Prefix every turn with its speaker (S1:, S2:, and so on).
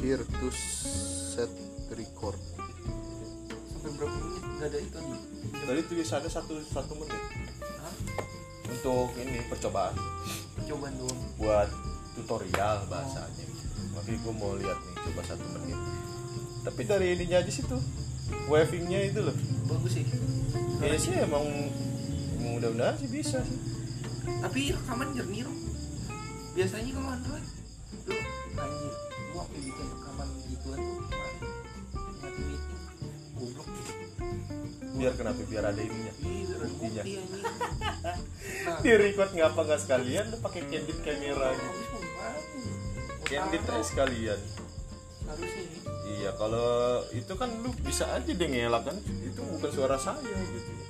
S1: here to set record
S2: sampai berapa menit nggak ada itu nih
S3: Tadi Ya, tulisannya satu satu menit
S2: Hah?
S3: untuk ini percobaan
S2: percobaan doang
S3: buat tutorial bahasanya. Makanya gue mau lihat nih coba satu menit. Tapi dari ininya aja sih tuh wavingnya itu loh.
S2: bagus sih
S3: Kayaknya sih emang emang mudah-mudahan sih bisa sih.
S2: tapi rekaman jernih loh biasanya kalau Android tuh anjir gua waktu bikin rekaman gituan tuh kemarin nyatu meeting goblok
S3: Biar kenapa biar ada ininya.
S2: Ih, ada
S3: Buktinya.
S2: bukti anjing nah
S3: Di record ngapa nggak sekalian lu pakai candid kamera gitu.
S2: habis mau gimana? Mau
S3: Candid
S2: taruh.
S3: aja sekalian.
S2: harusnya ini
S3: Iya, kalau itu kan lu bisa aja deh ngelak kan. Itu bukan suara saya gitu.